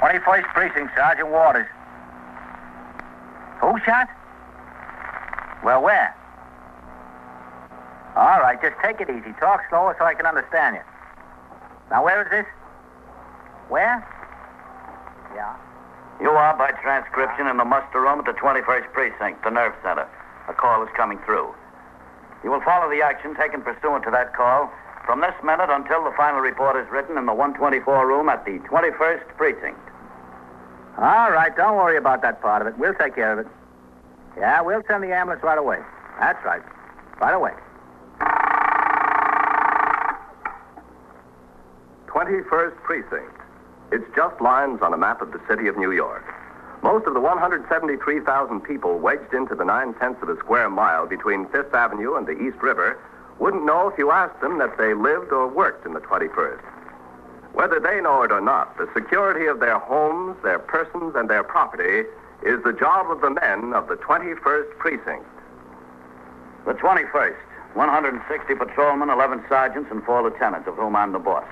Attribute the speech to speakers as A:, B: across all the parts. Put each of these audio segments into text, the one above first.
A: 21st Precinct, Sergeant Waters. Who shot? Well, where? All right, just take it easy. Talk slower so I can understand you. Now, where is this? Where? Yeah.
B: You are, by transcription, in the muster room at the 21st Precinct, the nerve center. A call is coming through. You will follow the action taken pursuant to that call from this minute until the final report is written in the 124 room at the 21st Precinct.
A: All right, don't worry about that part of it. We'll take care of it. Yeah, we'll send the ambulance right away. That's right. Right away.
C: 21st Precinct. It's just lines on a map of the city of New York. Most of the 173,000 people wedged into the nine tenths of a square mile between Fifth Avenue and the East River wouldn't know if you asked them that they lived or worked in the 21st. Whether they know it or not, the security of their homes, their persons, and their property is the job of the men of the 21st Precinct.
B: The 21st, 160 patrolmen, 11 sergeants, and four lieutenants, of whom I'm the boss.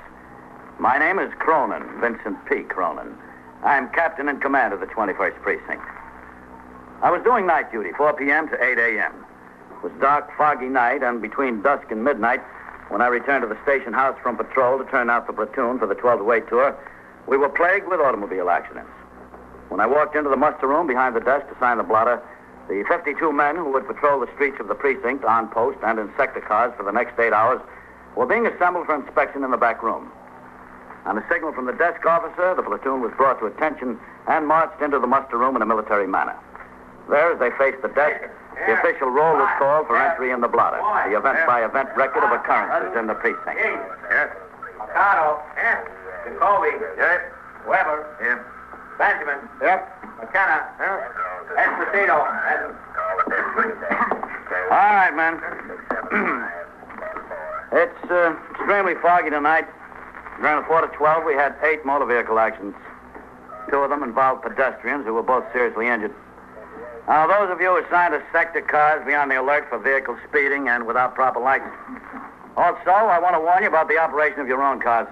B: My name is Cronin, Vincent P. Cronin. I'm captain in command of the 21st Precinct. I was doing night duty, 4 p.m. to 8 a.m. It was dark, foggy night, and between dusk and midnight, when I returned to the station house from patrol to turn out the platoon for the 12 way tour, we were plagued with automobile accidents. When I walked into the muster room behind the desk to sign the blotter, the 52 men who would patrol the streets of the precinct on post and in sector cars for the next eight hours were being assembled for inspection in the back room. On a signal from the desk officer, the platoon was brought to attention and marched into the muster room in a military manner. There, as they faced the desk, the official roll was called for entry in the blotter, the event by event record of occurrences in the precinct.
D: Yes. Mercado. Yes. Jacoby. Yes. Weber. Yes. Benjamin. Yes. McKenna. Yes. Esposito.
B: All right, men. it's uh, extremely foggy tonight. During the 4 to 12, we had eight motor vehicle accidents. Two of them involved pedestrians who were both seriously injured. Now, those of you assigned to sector cars, be on the alert for vehicles speeding and without proper lights. Also, I want to warn you about the operation of your own cars.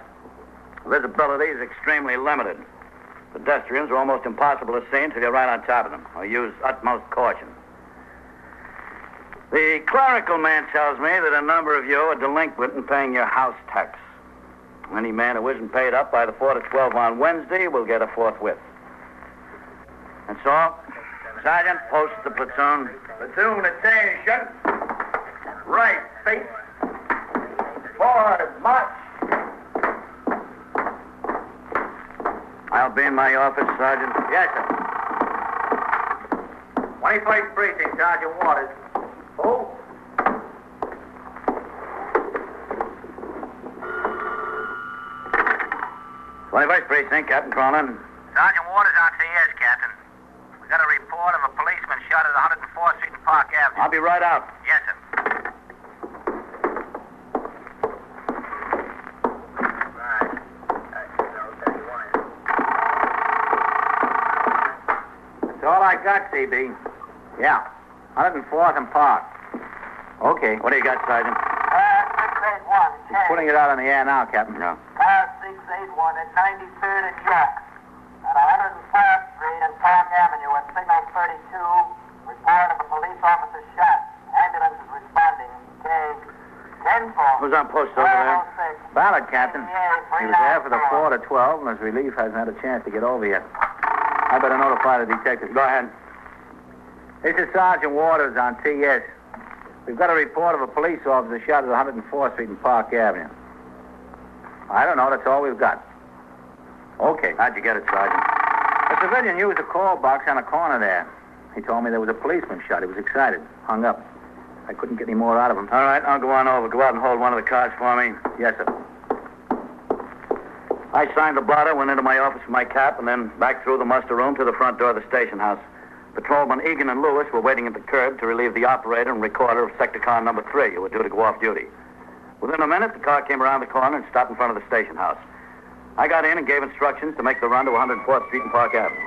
B: Visibility is extremely limited. Pedestrians are almost impossible to see until you're right on top of them, or use utmost caution. The clerical man tells me that a number of you are delinquent in paying your house tax. Any man who isn't paid up by the 4 to 12 on Wednesday will get a forthwith. And so, Sergeant posts the platoon.
D: Platoon attention. Right face. Forward march.
B: I'll be in my office, Sergeant.
D: Yes, sir. 21st Precinct, Sergeant Waters. Who?
B: Twenty-first precinct, Captain Cronin.
A: Sergeant Waters out to yes, Captain. We got a report of a policeman shot at 104th Street and Park Avenue.
B: I'll be right out.
A: Yes, sir.
D: That's all I got, CB.
A: Yeah. 104th and Park. Okay.
B: What do you got, Sergeant?
E: Uh, 681,
A: Putting it out on the air now, Captain. No.
E: Car 681 at 93rd and Jack. At 105th Street and Park Avenue at Signal 32, report of a police officer shot. Ambulance is responding. K. 10
B: Who's on post over there?
A: Ballard, Captain. He was there for the 4 to 12, and his relief hasn't had a chance to get over yet. I better notify the detective. Go ahead. This is Sergeant Waters on TS. We've got a report of a police officer shot at 104th Street and Park Avenue. I don't know. That's all we've got. Okay.
B: How'd you get it, Sergeant?
A: A civilian used a call box on a corner there. He told me there was a policeman shot. He was excited, hung up. I couldn't get any more out of him.
B: All right, I'll go on over. Go out and hold one of the cars for me.
A: Yes, sir.
B: I signed the blotter, went into my office for my cap, and then back through the muster room to the front door of the station house. Patrolmen Egan and Lewis were waiting at the curb to relieve the operator and recorder of sector car number three, who were due to go off duty. Within a minute, the car came around the corner and stopped in front of the station house. I got in and gave instructions to make the run to 104th Street and Park Avenue.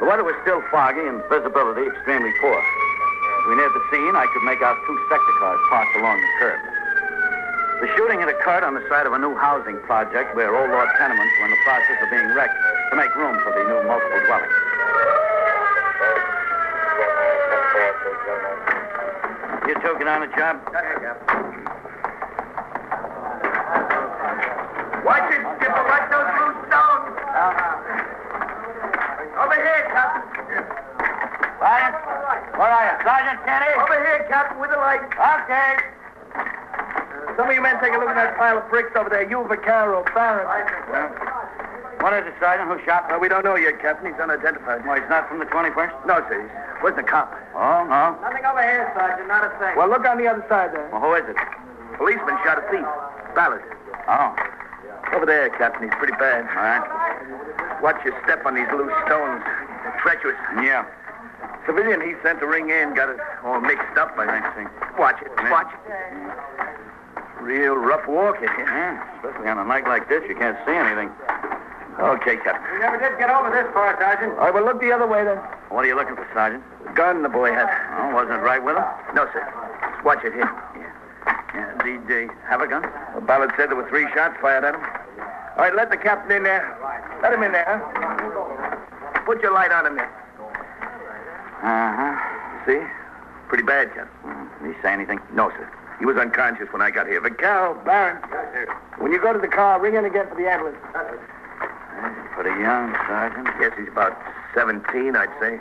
B: The weather was still foggy and visibility extremely poor. As we neared the scene, I could make out two sector cars parked along the curb. The shooting had occurred on the side of a new housing project where old lord tenements were in the process of being wrecked. to make room for the new multiple dwelling. You two get on the job?
C: Watch it, Skipper. Watch those loose stones.
B: Uh-huh.
C: Over here, Captain.
B: Sergeant? Where are you? Sergeant Kenny?
C: Over here, Captain, with the light.
B: Okay.
C: Some of you men take a look at that pile of bricks over there. You, Vaccaro, Barron.
B: What is it, Sergeant? Who shot?
C: we don't know yet, Captain. He's unidentified.
B: Well, he's not from the 21st?
C: No, sir. Where's the cop?
B: Oh, no.
F: Nothing over here, Sergeant. Not a thing.
C: Well, look on the other side there.
B: Well, who is it?
C: Policeman shot a thief. Ballard.
B: Oh, all
C: Over there, Captain. He's pretty bad.
B: right.
C: Watch your step on these loose stones. Treacherous.
B: Yeah,
C: Civilian he sent to ring in got it all mixed up, I
B: I see.
C: think. Watch it. Watch it. Real rough walking here.
B: Yeah, especially on a night like this, you can't see anything. Okay, Captain.
F: We never did get over this far, Sergeant.
C: All right, well, look the other way then.
B: What are you looking for, Sergeant?
C: Gun the boy had.
B: Oh, wasn't it right with him?
C: No, sir. Watch it here.
B: Yeah, did they have a gun?
C: Well, Ballard said there were three shots fired at him. All right, let the captain in there. Let him in there, huh? Put your light on him there.
B: Uh-huh.
C: See? Pretty bad, Captain.
B: Mm, Did he say anything?
C: No, sir. He was unconscious when I got here. Vaccaro, Baron. When you go to the car, ring in again for the ambulance.
B: Pretty young, Sergeant.
C: Yes, he's about 17, I'd say.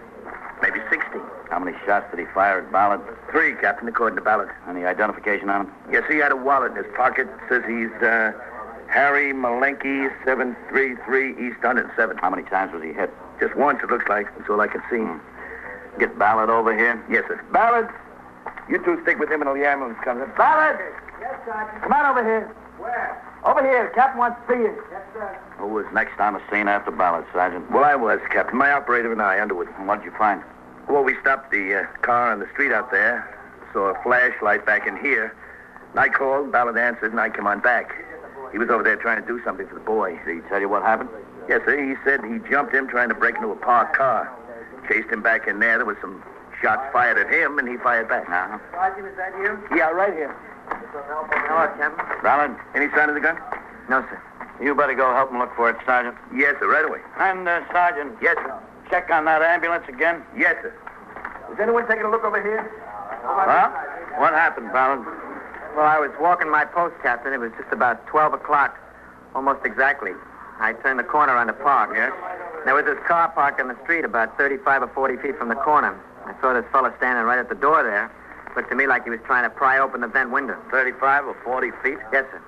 C: Maybe 16.
B: How many shots did he fire at Ballard?
C: Three, Captain, according to Ballard.
B: Any identification on him?
C: Yes, he had a wallet in his pocket. Says he's uh, Harry Malenke, 733 East 107.
B: How many times was he hit?
C: Just once, it looks like. That's all I can see.
F: Hmm.
B: Get Ballard over here?
C: Yes, sir. Ballard, you two stick with him until the ambulance comes in. Ballard!
F: Yes, Sergeant.
C: Come on over here.
F: Where?
C: Over here. Captain wants to see you.
F: Yes, sir.
B: Who was next on the scene after Ballard, Sergeant?
C: Well, I was, Captain. My operator and I, Underwood.
B: And What'd you find?
C: Well, we stopped the uh, car on the street out there, saw a flashlight back in here. And I called, Ballard answered, and I came on back. He was over there trying to do something for the boy.
B: Did he tell you what happened?
C: Yes, sir. He said he jumped him trying to break into a parked car. Chased him back in there. There was some shots fired at him, and he fired back.
B: Uh-huh.
F: Sergeant, is that you?
C: Yeah, right here.
F: Hello, Captain.
B: Ballard,
C: Any sign of the gun?
F: No, sir.
B: you better go help him look for it, Sergeant.
C: Yes, sir. Right away.
B: And, uh, Sergeant,
C: Yes, sir.
B: check on that ambulance again.
C: Yes, sir. Is anyone taking a look over here?
B: Huh? What happened, Ballard?
F: Well, I was walking my post, Captain. It was just about 12 o'clock, almost exactly. I turned the corner on the park.
B: Yes?
F: There was this car parked on the street about 35 or 40 feet from the corner. I saw this fella standing right at the door there. Looked to me like he was trying to pry open the vent window.
B: 35 or 40 feet?
F: Yes, sir.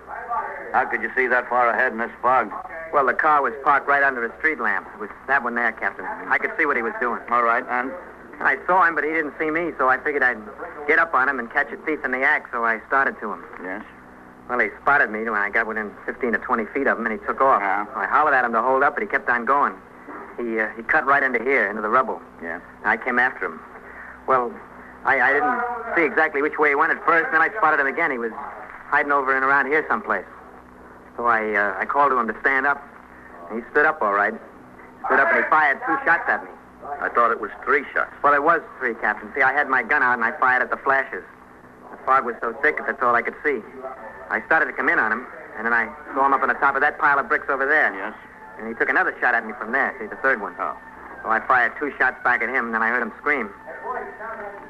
B: How could you see that far ahead in this fog?
F: Well, the car was parked right under a street lamp. It was that one there, Captain. I could see what he was doing.
B: All right, and
F: I saw him, but he didn't see me, so I figured I'd get up on him and catch a thief in the act, so I started to him.
B: yes,
F: Well, he spotted me when I got within 15 to 20 feet of him, and he took off.
B: Yeah.
F: I hollered at him to hold up, but he kept on going. He, uh, he cut right into here, into the rubble.
B: yeah.
F: I came after him. Well, I, I didn't see exactly which way he went at first, and then I spotted him again. He was hiding over and around here someplace. So I, uh, I called to him to stand up. He stood up all right. Stood up, and he fired two shots at me.
C: I thought it was three shots.
F: Well, it was three, Captain. See, I had my gun out and I fired at the flashes. The fog was so thick that that's all I could see. I started to come in on him, and then I saw him up on the top of that pile of bricks over there.
B: Yes.
F: And he took another shot at me from there. See, the third one. Oh. So I fired two shots back at him, and then I heard him scream.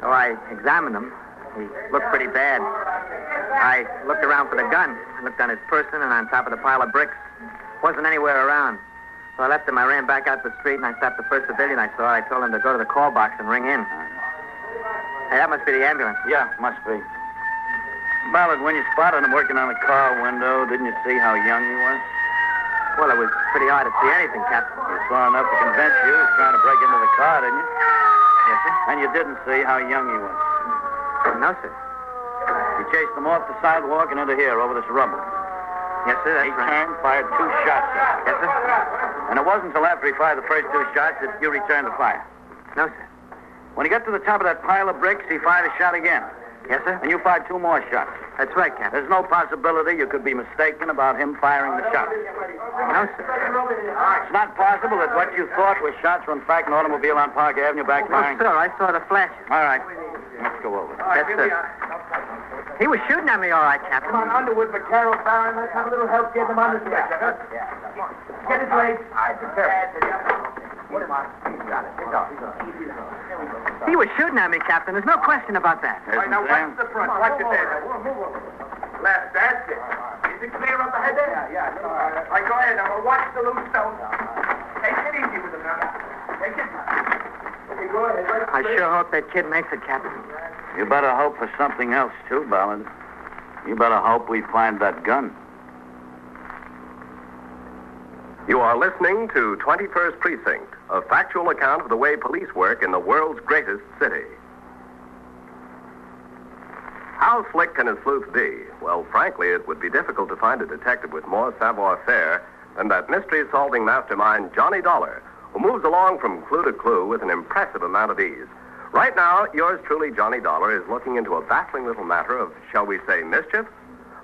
F: So I examined him. He looked pretty bad. I looked around for the gun, looked on his person and on top of the pile of bricks. Wasn't anywhere around. So I left him. I ran back out the street, and I stopped the first civilian I saw. I told him to go to the call box and ring in. Hey, that must be the ambulance.
B: Yeah, must be. Ballard, when you spotted him working on the car window, didn't you see how young he was?
F: Well, it was pretty hard to see anything, Captain.
B: You saw enough to convince you he was trying to break into the car, didn't you?
F: Yes, sir?
B: And you didn't see how young he was.
F: No, sir.
B: He chased him off the sidewalk and into here, over this rubble.
F: Yes, sir,
B: he
F: that's right.
B: turned, fired two shots at
F: Yes, sir?
B: you. And it wasn't until after he fired the first two shots that you returned the fire.
F: No, sir.
B: When he got to the top of that pile of bricks, he fired a shot again.
F: Yes, sir?
B: And you fired two more shots.
F: That's right, Captain.
B: There's no possibility you could be mistaken about him firing the shots.
F: No, sir.
B: It's not possible that what you thought were shots were in fact an automobile on Park Avenue
F: Oh, No,
B: backfiring.
F: sir, I saw the flashes.
B: All right. Let's go over.
F: Yes, sir. He was shooting at me, all right, Captain.
G: Come on, Underwood, Vaquero, Barron, let's have a little help
H: Oh,
G: get them on the stretcher. Get his legs. I
F: He was shooting at me, Captain. There's no question about that.
B: Isn't
G: now
B: there?
G: watch the front. Watch it there. Left, that's it. Is it clear up ahead there? Yeah, yeah. All right, go ahead. Now, watch the loose stones. Take it easy with them now. Take it. Okay, go ahead. Right
F: I sure hope that kid makes it, Captain.
B: You better hope for something else, too, Ballard. You better hope we find that gun.
C: You are listening to 21st Precinct, a factual account of the way police work in the world's greatest city. How slick can a sleuth be? Well, frankly, it would be difficult to find a detective with more savoir faire than that mystery solving mastermind, Johnny Dollar, who moves along from clue to clue with an impressive amount of ease. Right now, yours truly, Johnny Dollar, is looking into a baffling little matter of, shall we say, mischief?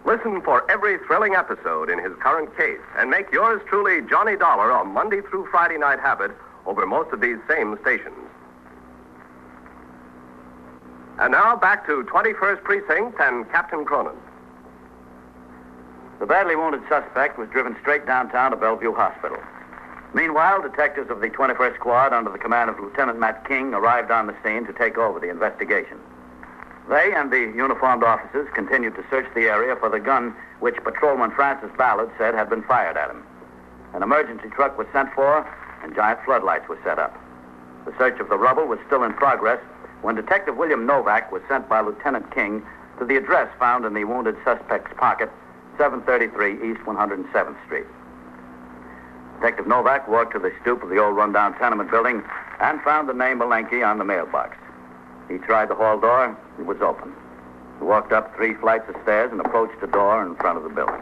C: Listen for every thrilling episode in his current case and make yours truly, Johnny Dollar, a Monday through Friday night habit over most of these same stations. And now back to 21st Precinct and Captain Cronin.
B: The badly wounded suspect was driven straight downtown to Bellevue Hospital. Meanwhile, detectives of the 21st Squad, under the command of Lieutenant Matt King, arrived on the scene to take over the investigation. They and the uniformed officers continued to search the area for the gun which patrolman Francis Ballard said had been fired at him. An emergency truck was sent for, and giant floodlights were set up. The search of the rubble was still in progress when Detective William Novak was sent by Lieutenant King to the address found in the wounded suspect's pocket, 733 East 107th Street. Detective Novak walked to the stoop of the old rundown tenement building and found the name Malenke on the mailbox. He tried the hall door. It was open. He walked up three flights of stairs and approached the door in front of the building.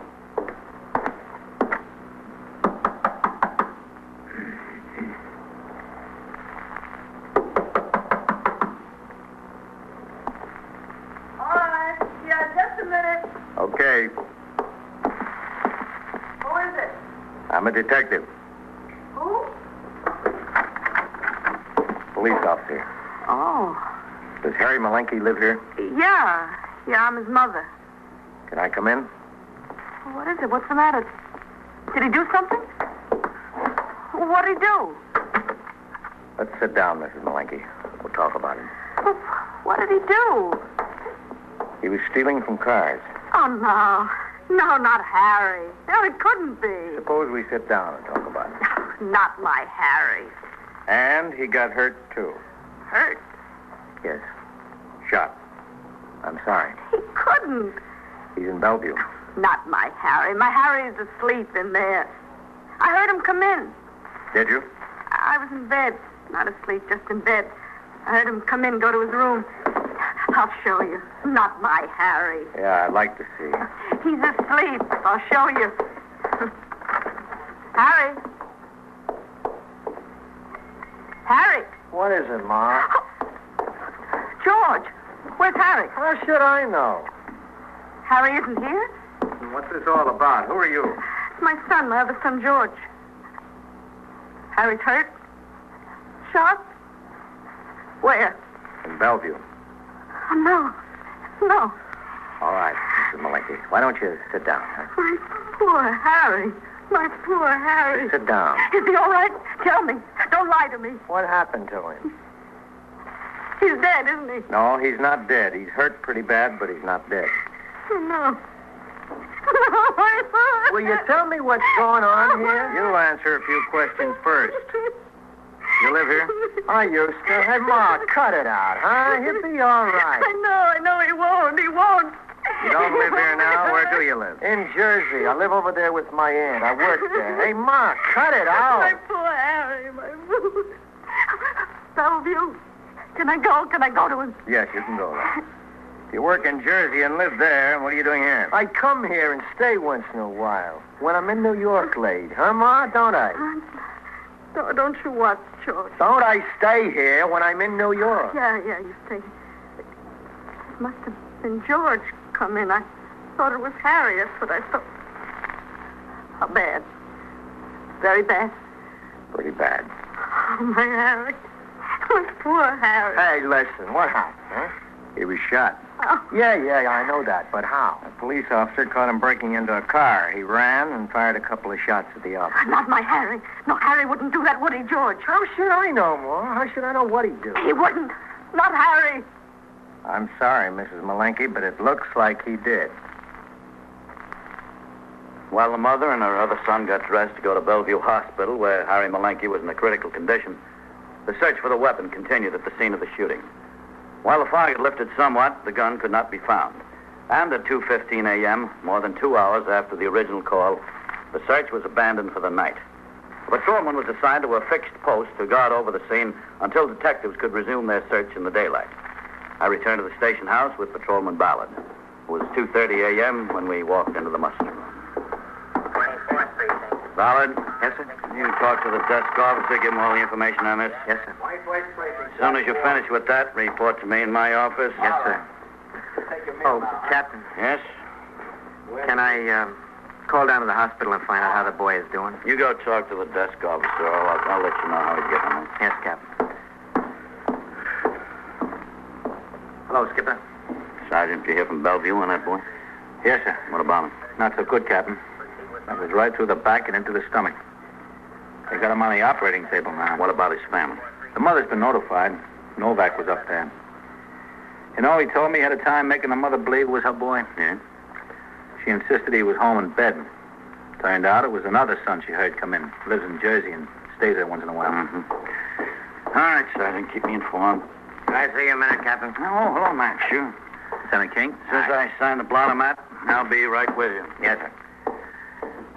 H: All right. Yeah, just a minute.
B: Okay.
H: Who is it?
B: I'm a detective.
H: Who?
B: Police officer.
H: Oh,
B: Does Harry Malenke live here?
H: yeah. Yeah, I'm his mother.
B: Can I come in?
H: What is it? What's the matter? Did he do something? What'd he do?
B: Let's sit down, Mrs. Malenke. We'll talk about him.
H: What did he do?
B: He was stealing from cars.
H: Oh, no. No, not Harry. No, it couldn't be.
B: Suppose we sit down and talk about it.
H: Not my Harry.
B: And he got hurt, too.
H: Hurt.
B: Yes. Shot. I'm sorry.
H: He couldn't.
B: He's in Bellevue.
H: Not my Harry. My Harry's asleep in there. I heard him come in.
B: Did you?
H: I was in bed. Not asleep, just in bed. I heard him come in, go to his room. I'll show you. Not my Harry.
B: Yeah, I'd like to see.
H: He's asleep. I'll show you. Harry. Harry.
A: What is it, Ma?
H: George. Where's Harry?
A: How should I know?
H: Harry isn't here?
A: What's this all about? Who are you?
H: It's my son, my other son, George. Harry's hurt? Shot? Where?
B: In Bellevue.
H: Oh, no. No.
B: All right, Mrs. Malenke. Why don't you sit down? huh?
H: My poor Harry. My poor Harry.
B: Sit down.
H: Is he all right? Tell me. Don't lie to me.
A: What happened to him?
H: He's dead, isn't he?
B: No, he's not dead. He's hurt pretty bad, but he's not dead.
H: Oh, no. No.
A: Will you tell me what's going on here?
B: You answer a few questions first. You live here?
A: I used to. Hey, Ma, cut it out, huh? He'll be all right.
H: I know, I know he won't. He won't.
B: You don't live here now. Where do you live?
A: In Jersey. I live over there with my aunt. I work there. Hey, Ma, cut it
H: My
A: out.
H: poor Harry, my poor. Bellevue. Can I go? Can I go to him?
B: Yes, you can go there. If you work in Jersey and live there, what are you doing here?
A: I come here and stay once in a while. When I'm in New York late, huh, Ma? Don't I?
H: Don't, don't you what, George?
A: Don't I stay here when I'm in New York?
H: Yeah, yeah, you see. It must have been George come in. I thought it was Harry. That's what I thought. How bad. Very bad.
B: Pretty bad.
H: Oh, my Harry. My poor Harry.
A: Hey, listen, what happened, huh?
B: He was shot.
H: Oh, How?
A: Yeah, yeah, I know that, but how? A police officer caught him breaking into a car. He ran and fired a couple of shots at the officer.
H: Not my Harry. No, Harry wouldn't do that, would he, George?
A: How should I know, Ma? How should I know what he do?
H: He wouldn't. Not Harry.
A: I'm sorry, Mrs. Malenke, but it looks like he did.
B: While the mother and her other son got dressed to go to Bellevue Hospital, where Harry Malenke was in a critical condition, the search for the weapon continued at the scene of the shooting. While the fog had lifted somewhat, the gun could not be found. And at 2.15 a.m., more than two hours after the original call, the search was abandoned for the night. A patrolman was assigned to a fixed post to guard over the scene until detectives could resume their search in the daylight. I returned to the station house with Patrolman Ballard. It was 2.30 a.m. when we walked into the muster room. Ballard? Yes, sir? You talk to the desk officer, give him all the information on this.
F: Yes, sir.
B: As soon as you finish with that, report to me in my office.
F: Yes, sir. Oh, Captain,
B: Yes?
F: can I um, call down to the hospital and find out how the boy is doing?
B: You go talk to the desk officer. I'll, I'll let you know how he's getting on.
F: Yes, Captain. Hello, Skipper.
B: Sergeant, you hear from Bellevue on that boy?
A: Yes, sir.
B: What about him?
A: Not so good, Captain. I was right through the back and into the stomach. They got him on the operating table now.
B: What about his family?
A: The mother's been notified. Novak was up there. You know, he told me he had a time making the mother believe it was her boy.
B: Yeah?
A: She insisted he was home in bed. Turned out it was another son she heard come in. Lives in Jersey and stays there once in a while.
B: Mm-hmm. All right, Sergeant, keep me informed.
F: Can I see you a minute, Captain?
B: Oh, hello, Max. Sure.
A: Lieutenant King?
B: Since I signed the blotter map, I'll be right with you.
F: Yes, sir.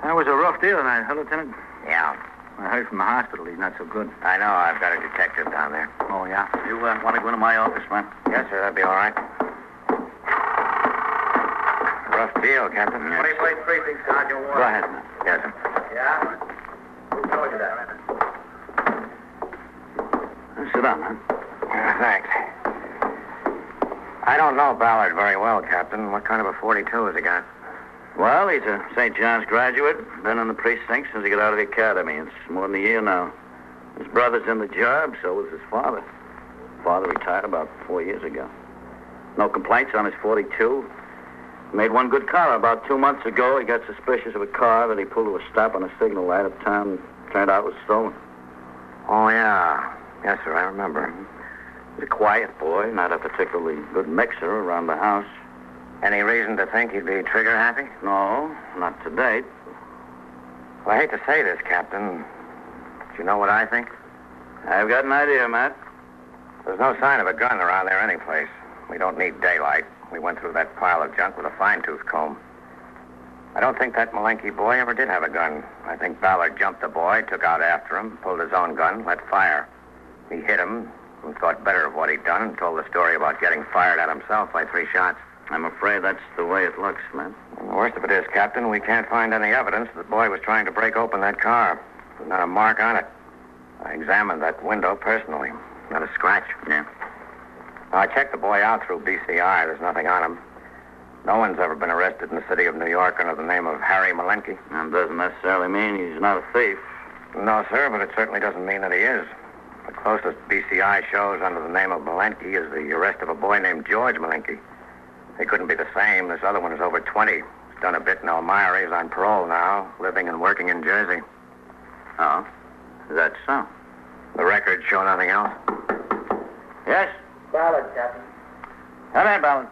A: That was a rough deal tonight, huh, Lieutenant?
F: Yeah,
A: I heard from the hospital he's not so good.
F: I know. I've got a detective down there.
A: Oh, yeah?
B: You uh, want to go into my office, man?
F: Yes, sir. That'd be all right. Rough deal, Captain.
G: Twenty-first precinct, Sergeant
B: Go
G: Warren.
B: ahead, man.
F: Yes, sir.
G: Yeah? Who told you that?
B: Sit down, man.
F: Uh, thanks. I don't know Ballard very well, Captain. What kind of a 42 has he got?
B: Well, he's a St. John's graduate. Been in the precinct since he got out of the academy. It's more than a year now. His brother's in the job, so was his father. Father retired about four years ago. No complaints on his 42. Made one good car. About two months ago, he got suspicious of a car that he pulled to a stop on a signal light at town. Turned out it was stolen.
F: Oh, yeah. Yes, sir. I remember.
B: He's a quiet boy, not a particularly good mixer around the house.
F: Any reason to think he'd be trigger happy?
B: No, not to date.
F: Well, I hate to say this, Captain. But you know what I think?
B: I've got an idea, Matt.
F: There's no sign of a gun around there anyplace. We don't need daylight. We went through that pile of junk with a fine-tooth comb. I don't think that Malenke boy ever did have a gun. I think Ballard jumped the boy, took out after him, pulled his own gun, let fire. He hit him and thought better of what he'd done and told the story about getting fired at himself by three shots.
B: I'm afraid that's the way it looks, Matt.
F: And the worst of it is, Captain, we can't find any evidence that the boy was trying to break open that car. There's not a mark on it. I examined that window personally. Not a scratch.
B: Yeah.
F: I checked the boy out through BCI. There's nothing on him. No one's ever been arrested in the city of New York under the name of Harry Malenke.
B: That doesn't necessarily mean he's not a thief.
F: No, sir, but it certainly doesn't mean that he is. The closest BCI shows under the name of Malenke is the arrest of a boy named George Malenke. They couldn't be the same. This other one is over 20. He's done a bit in Elmira. He's on parole now, living and working in Jersey.
B: Oh, that's so.
F: The records show nothing else.
B: Yes?
G: Ballard, Captain.
B: Come in, Ballard.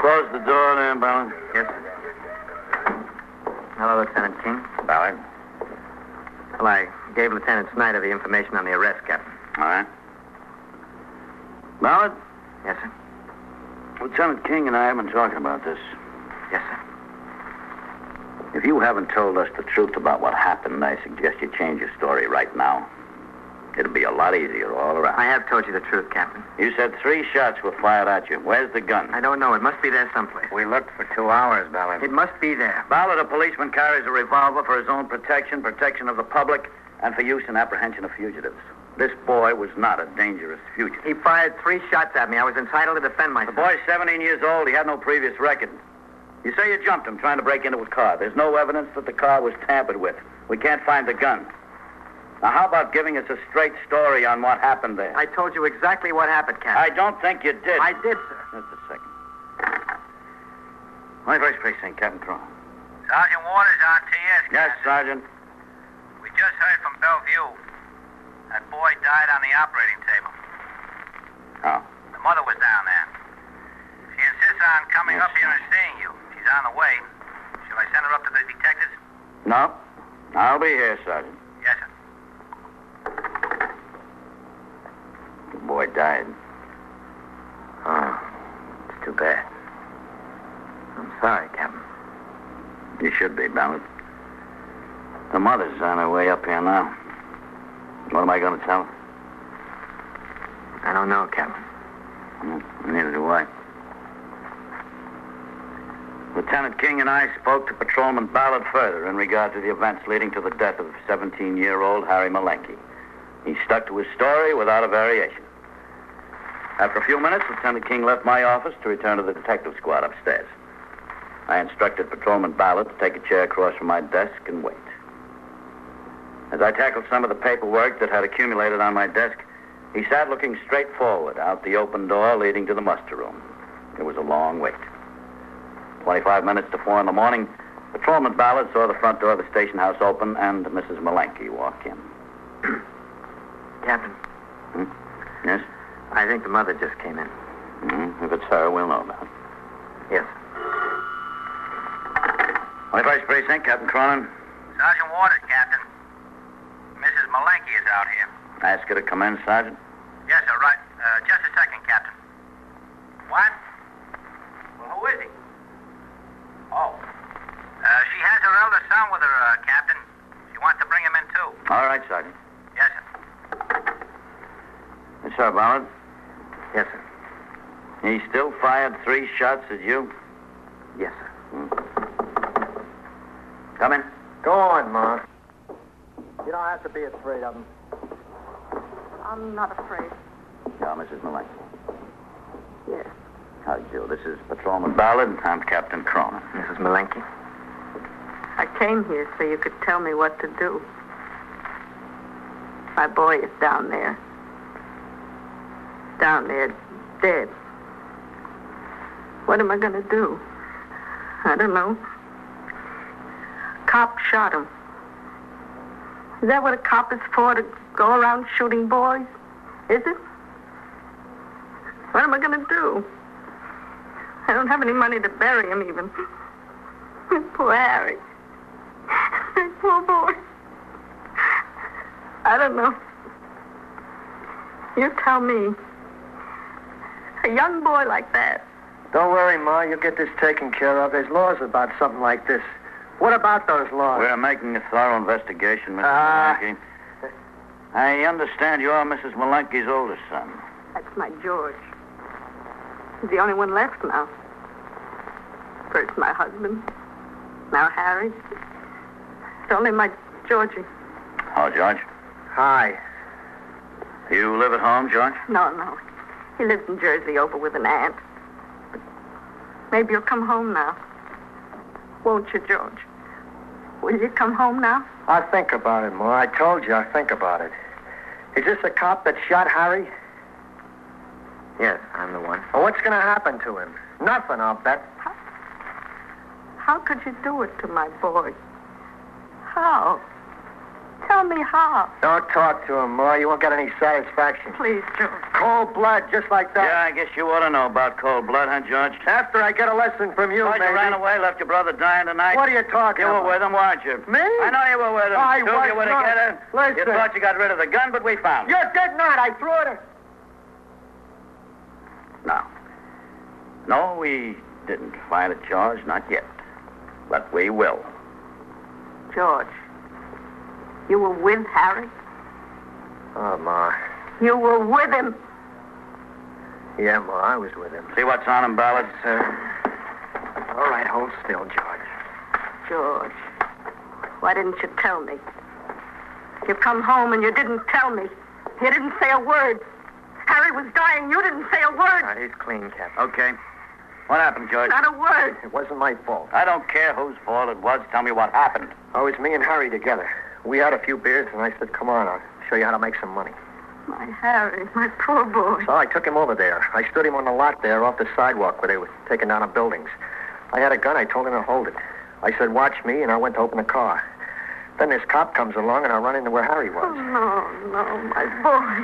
B: Close the door there, Ballard.
F: Yes, Hello, Lieutenant King.
B: Ballard?
F: Well, I gave Lieutenant Snyder the information on the arrest, Captain.
B: All right. Ballard,
F: Yes, sir.
B: Lieutenant King and I have been talking about this.
F: Yes, sir.
B: If you haven't told us the truth about what happened, I suggest you change your story right now. It'll be a lot easier all around.
F: I have told you the truth, Captain.
B: You said three shots were fired at you. Where's the gun?
F: I don't know. It must be there someplace.
B: We looked for two hours, Ballard.
F: It must be there.
B: Ballard, a policeman, carries a revolver for his own protection, protection of the public, and for use in apprehension of fugitives. This boy was not a dangerous fugitive.
F: He fired three shots at me. I was entitled to defend
B: The
F: myself.
B: boy's 17 years old. He had no previous record. You say you jumped him trying to break into his car. There's no evidence that the car was tampered with. We can't find the gun. Now, how about giving us a straight story on what happened there?
F: I told you exactly what happened,
B: I
F: Captain.
B: don't think you did.
F: I did, sir.
B: Just a second. 21st Precinct, Captain Cronin.
E: Sergeant Waters on TS.
B: Yes, Sergeant.
E: We just heard from Bellevue. That boy died on the operating table.
B: Oh.
E: The mother was down there. She insists on coming
B: Yes,
E: up here and seeing you. She's on the way. Shall I send her up to the detectives?
B: No. I'll be here, Sergeant.
E: Yes, sir.
B: The boy died.
F: Oh, it's too bad. I'm sorry, Captain.
B: You should be, Ballard. The mother's on her way up here now. What am I going to tell her?
F: I don't know, Captain.
B: Hmm, Neither do I. Lieutenant King and I spoke to Patrolman Ballard further in regard to the events leading to the death of 17-year-old Harry Malenke. He stuck to his story without a variation. After a few minutes, Lieutenant King left my office to return to the detective squad upstairs. I instructed Patrolman Ballard to take a chair across from my desk and wait. As I tackled some of the paperwork that had accumulated on my desk, he sat looking straight forward out the open door leading to the muster room. It was a long wait. Twenty-five minutes to four in the morning, Patrolman Ballard saw the front door of the station house open and Mrs. Malenke walk in. Hmm?
F: Captain,
B: Yes?
F: I think the mother just came in.
B: Mm, if it's her, we'll know about it.
F: Yes.
B: 21st Precinct, Captain Cronin.
E: Sergeant Waters, Captain. Mrs. Malenke is out here.
B: Ask her to come in, Sergeant.
E: Yes, sir, right. Uh, just a second, Captain. What? Well, who is he? Oh. Uh, she has her elder son with her, uh, Captain. She wants to bring him in, too.
B: All right, Sergeant.
E: Yes, sir.
B: It's her, Ballard.
F: Yes, sir.
B: He still fired three shots at you.
F: Yes, sir.
B: Come in.
F: Go on, Ma.
C: You don't have to be afraid of him.
H: I'm not afraid.
B: Now, Mrs. Malenke.
H: Yes.
B: How do you do? This is Patrolman Ballard. I'm Captain Cronin.
F: Mrs. Malenke.
H: I came here so you could tell me what to do. My boy is down there. Down there, dead. What am I going to do? I don't know. Cop shot him. Is that what a cop is for, to go around shooting boys? Is it? What am I going to do? I don't have any money to bury him, even. Poor Harry. Poor boy. I don't know. You tell me. A young boy like that.
C: Don't worry, Ma. You'll get this taken care of. There's laws about something like this. What about those laws?
B: We're making a thorough investigation, Mrs.
C: Ah.
B: Malenke. I understand you are Mrs. Malenke's oldest son.
H: That's my George. He's the only one left now. First my husband, now Harry. It's only my Georgie.
B: Hello, George.
C: Hi.
B: You live at home, George?
H: No, no. He lives in Jersey over with an aunt. But maybe you'll come home now. Won't you, George? Will you come home now?
C: I think about it, Ma. I told you I think about it. Is this the cop that shot Harry?
F: Yes, I'm the one.
C: Well, what's going to happen to him? Nothing, I'll bet.
H: How could you do it to my boy? How? Tell me how.
C: Don't talk to him, Ma. You won't get any satisfaction.
H: Please, George.
C: Cold blood, just like
B: Yeah,
C: that.
B: I guess you ought to know about cold blood, huh, George?
C: After I get a lesson from you,
B: George, you
C: maybe.
B: ran away, left your brother dying tonight.
C: What are you talking
B: You were
C: about?
B: with him, weren't you?
C: Me?
B: I know you were with him.
C: I
B: Two
C: was
B: of you were
C: not.
B: together. You
C: Listen.
B: thought you got rid of the gun, but we found it.
C: You did not. I threw it.
B: No. No, we didn't find it, George. Not yet. But we will.
H: George. You were with Harry?
C: Oh, Ma.
H: You were with him.
C: Yeah, Ma, I was with him.
B: See what's on him, Ballard?
C: All right, hold still, George.
H: George. Why didn't you tell me? You come home and you didn't tell me. You didn't say a word. Harry was dying. You didn't say a
F: All
H: word.
F: right, he's clean, Captain.
B: Okay. What happened, George?
H: Not a word.
C: It wasn't my fault.
B: I don't care whose fault it was. Tell me what happened.
C: Oh, it was me and Harry together. We had a few beers, and I said, come on, I'll show you how to make some money.
H: My Harry, my poor boy.
C: So I took him over there. I stood him on the lot there off the sidewalk where they were taking down the buildings. I had a gun. I told him to hold it. I said, watch me, and I went to open the car. Then this cop comes along, and I run into where Harry was.
H: Oh, no, no, my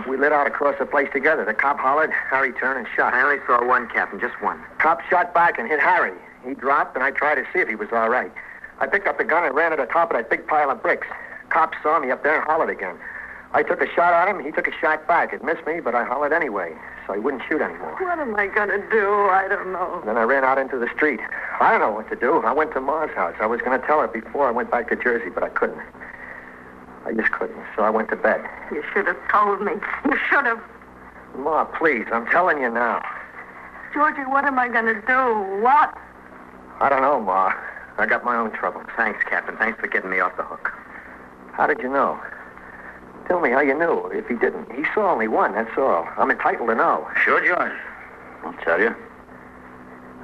H: boy.
C: We lit out across the place together. The cop hollered, Harry turned and shot.
I: I only saw one, Captain, just one.
C: Cop shot back and hit Harry. He dropped, and I tried to see if he was all right. I picked up the gun and ran to the top of that big pile of bricks. Cop saw me up there and hollered again. I took a shot at him. He took a shot back. It missed me, but I hollered anyway, so he wouldn't shoot anymore.
H: What am I going to do? I don't know.
C: Then I ran out into the street. I don't know what to do. I went to Ma's house. I was going to tell her before I went back to Jersey, but I couldn't. I just couldn't, so I went to bed.
H: You should have told me. You should have.
C: Ma, please, I'm telling you now.
H: Georgie, what am I going to do? What?
C: I don't know, Ma. I got my own trouble.
I: Thanks, Captain. Thanks for getting me off the hook.
C: How did you know? Tell me how you knew, if he didn't. He saw only one, that's all. I'm entitled to know.
B: Sure, George. I'll tell you.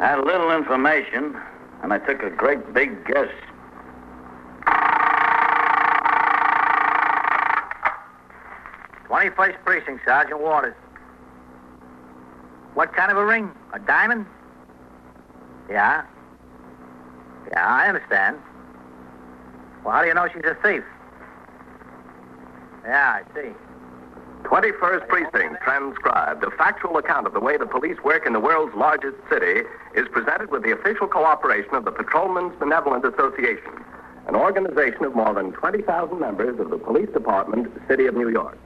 B: I had a little information, and I took a great big guess.
F: Twenty-first precinct, Sergeant Waters. What kind of a ring? A diamond? Yeah. Yeah, I understand. Well, how do you know she's a thief? Yeah, I see.
J: 21st Precinct, transcribed, a factual account of the way the police work in the world's largest city, is presented with the official cooperation of the Patrolmen's Benevolent Association, an organization of more than 20,000 members of the Police Department, City of New York.